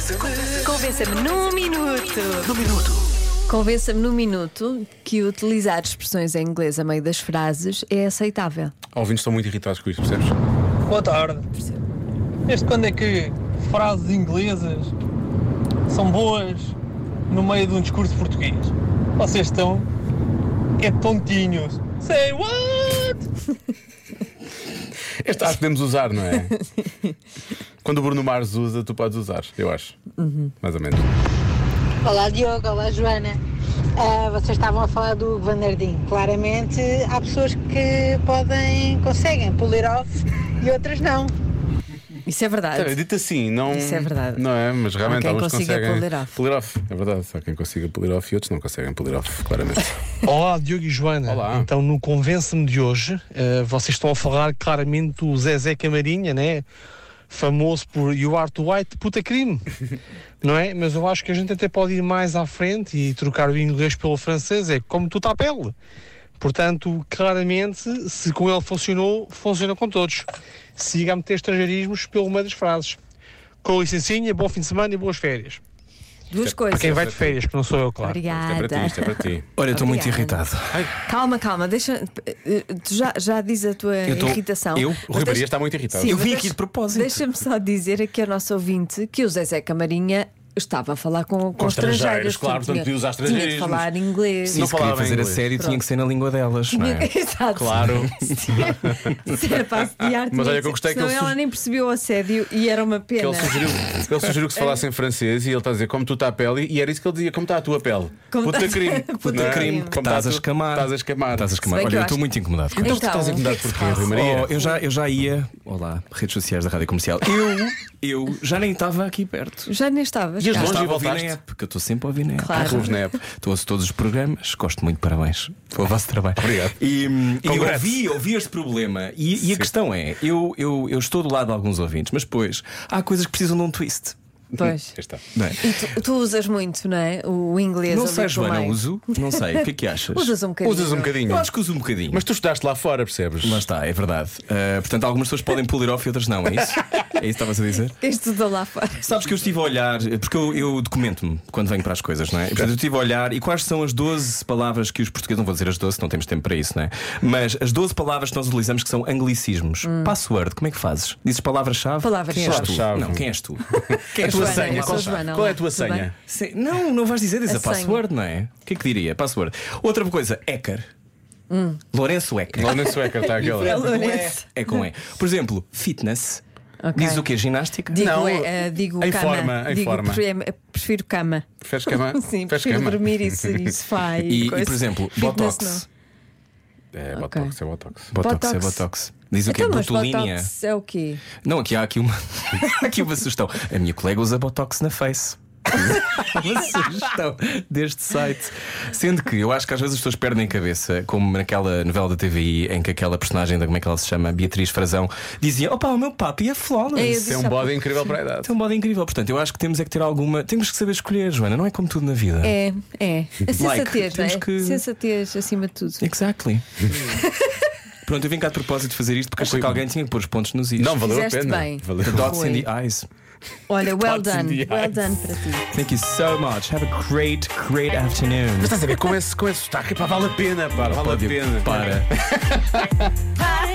Convença-me Convença-me num minuto. No minuto. Convença-me num minuto que utilizar expressões em inglês a meio das frases é aceitável. Ouvintes estão muito irritados com isto, percebes? Boa tarde. Desde quando é que frases inglesas são boas no meio de um discurso português? Vocês estão é tontinhos. Say what? Este acho que podemos usar, não é? Quando o Bruno Mars usa, tu podes usar, eu acho. Uhum. Mais ou menos. Olá Diogo, olá Joana. Ah, vocês estavam a falar do Vanderdim. Claramente há pessoas que podem, conseguem polir off e outras não. Isso é Sabe, verdade. dito assim, não. Isso é verdade. Não é? Mas realmente quem alguns consiga conseguem. pull it off. Pull it off. É verdade, só quem consiga pulir off e outros não conseguem pulir off, claramente. Olá, Diogo e Joana. Olá. Então, no Convence-me de hoje, eh, vocês estão a falar claramente do Zezé Camarinha, né? Famoso por You Are Too White, puta crime, não é? Mas eu acho que a gente até pode ir mais à frente e trocar o inglês pelo francês, é como tu tá a pele. Portanto, claramente, se com ele funcionou, funciona com todos. Siga a meter estrangeirismos pelo meio das frases. Com licencinha, bom fim de semana e boas férias. é Duas Para coisas. quem vai de férias, que não sou eu, claro. Isto é para ti, isto é Obrigada. para ti. Olha, eu estou muito Obrigada. irritado. Calma, calma, deixa. eh, Tu já, já diz a tua Eu tô- irritação. eu? O Mas O Rui deixa- Maria está muito irritado. Sim, Eu mas vim deixa- aqui de propósito. Deixa-me só dizer aqui ao nosso ouvinte que o Zezé Camarinha estava a falar com, com, estrangeiros, estrangeiros. claro, portanto, portanto, podia usar tinha de estrangeirismos. falar inglês. Se Não isso queria falava fazer a inglês. sério, tinha que ser na língua delas, não é? Exato. Claro. Se era para assediar, Mas tinha olha que eu de- gostei que é senão ele ela suge- nem percebeu o assédio e era uma Que pena. ele, sugeriu, ele sugeriu que se falasse em francês e ele está a dizer como tu está a pele, e era isso que ele dizia: como está a tua pele? Como Puta tá- crime. Puta Não é? crime. Que Como tá estás a tu- escamar. Estás a escamar. Estás a escamar. bem que Olha, eu eu estou acho- muito incomodado com Então, isto. é Tu estás incomodado porquê, Rui Maria? Oh, eu, já, eu já ia. Olá, redes sociais da Rádio Comercial. Eu, eu já nem estava aqui perto. Já nem estavas. E as cá. Já longe estava a ouvir na voltaste? app, que eu estou sempre a ouvir na app. Claro. Ouves na app. Estou a ouvir todos os programas, gosto muito, parabéns pelo vosso trabalho. Obrigado. E, hum, e eu Congrats. ouvi, ouvi este problema. E, e a questão é: eu, eu, eu estou do lado de alguns ouvintes, mas depois há coisas que precisam de um twist. Pois. Aí está. Não, é? E tu, tu usas muito, não é? O inglês. não ali sei, pelo Joana, meio. uso. Não sei, o que é que achas? Usas um bocadinho. Usas um bocadinho. Eu acho que uso um bocadinho. Mas tu estudaste lá fora, percebes? Lá está, é verdade. Ah, portanto, algumas pessoas podem pulir off e outras não, é isso? É isso que estavas a dizer? Quem estudou lá fora. Sabes que eu estive a olhar, eh, porque eu, eu documento-me quando venho para as coisas, não é? E, portanto, eu estive a olhar e quais são as 12 palavras que os portugueses, não vou dizer as 12, não temos tempo para isso, não é? Mas as 12 palavras que nós utilizamos que são anglicismos. Password, como é que fazes? Dizes palavra-chave? Palavra-chave. Quem és tu? Palavra-chave. Não, quem és tu? Quem é a tua Joana, senha? eu sou Qual, Joana, qual é a olá, tua tudo bem? senha? Sei- não, não vais dizer, diz A a, password, não é? O que é que diria? Password. Outra coisa, Ecker. Lourenço Ecker. Lá na sueca está aquela. Lourenço. É com E. Por exemplo, fitness. Ok. Diz o quê? Ginástica? Digo, Não, eh, eh, digo em cama. forma, em digo, forma. pre- Prefiro cama. Fez cama? Sim, Fez prefiro cama? dormir e se- e sofá. E, e, coisa. por exemplo, Fitness, botox. É botox, é botox. Botox, é Botox. botox. Diz o não. quê? Então, mas Botulínia. botox é o quê? Não, aqui há aqui uma, há aqui uma sugestão. A minha colega usa botox na face. uma sugestão deste site. Sendo que eu acho que às vezes as pessoas perdem a cabeça, como naquela novela da TVI em que aquela personagem da como é que ela se chama, Beatriz Frazão, dizia: Opa, o meu papo é flawless. É, eu Isso é um bode incrível para a idade. Tem um modo incrível. Portanto, eu acho que temos é que ter alguma. Temos que saber escolher, Joana. Não é como tudo na vida. É, é. A sensatez, não temos é? que- Sensatez acima de tudo. Exactly. Pronto, eu vim cá de propósito fazer isto porque achei que alguém tinha que pôr os pontos nos is. Não, valeu a Fizeste pena. bem. Valeu. The dots Rui. in the eyes. Olha, well Dots in done. the Well eyes. done para ti. Thank you so much. Have a great, great afternoon. tá Estás a ver com esse, com esse sotaque, pá, vale a pena, pá, vale a pena. Para.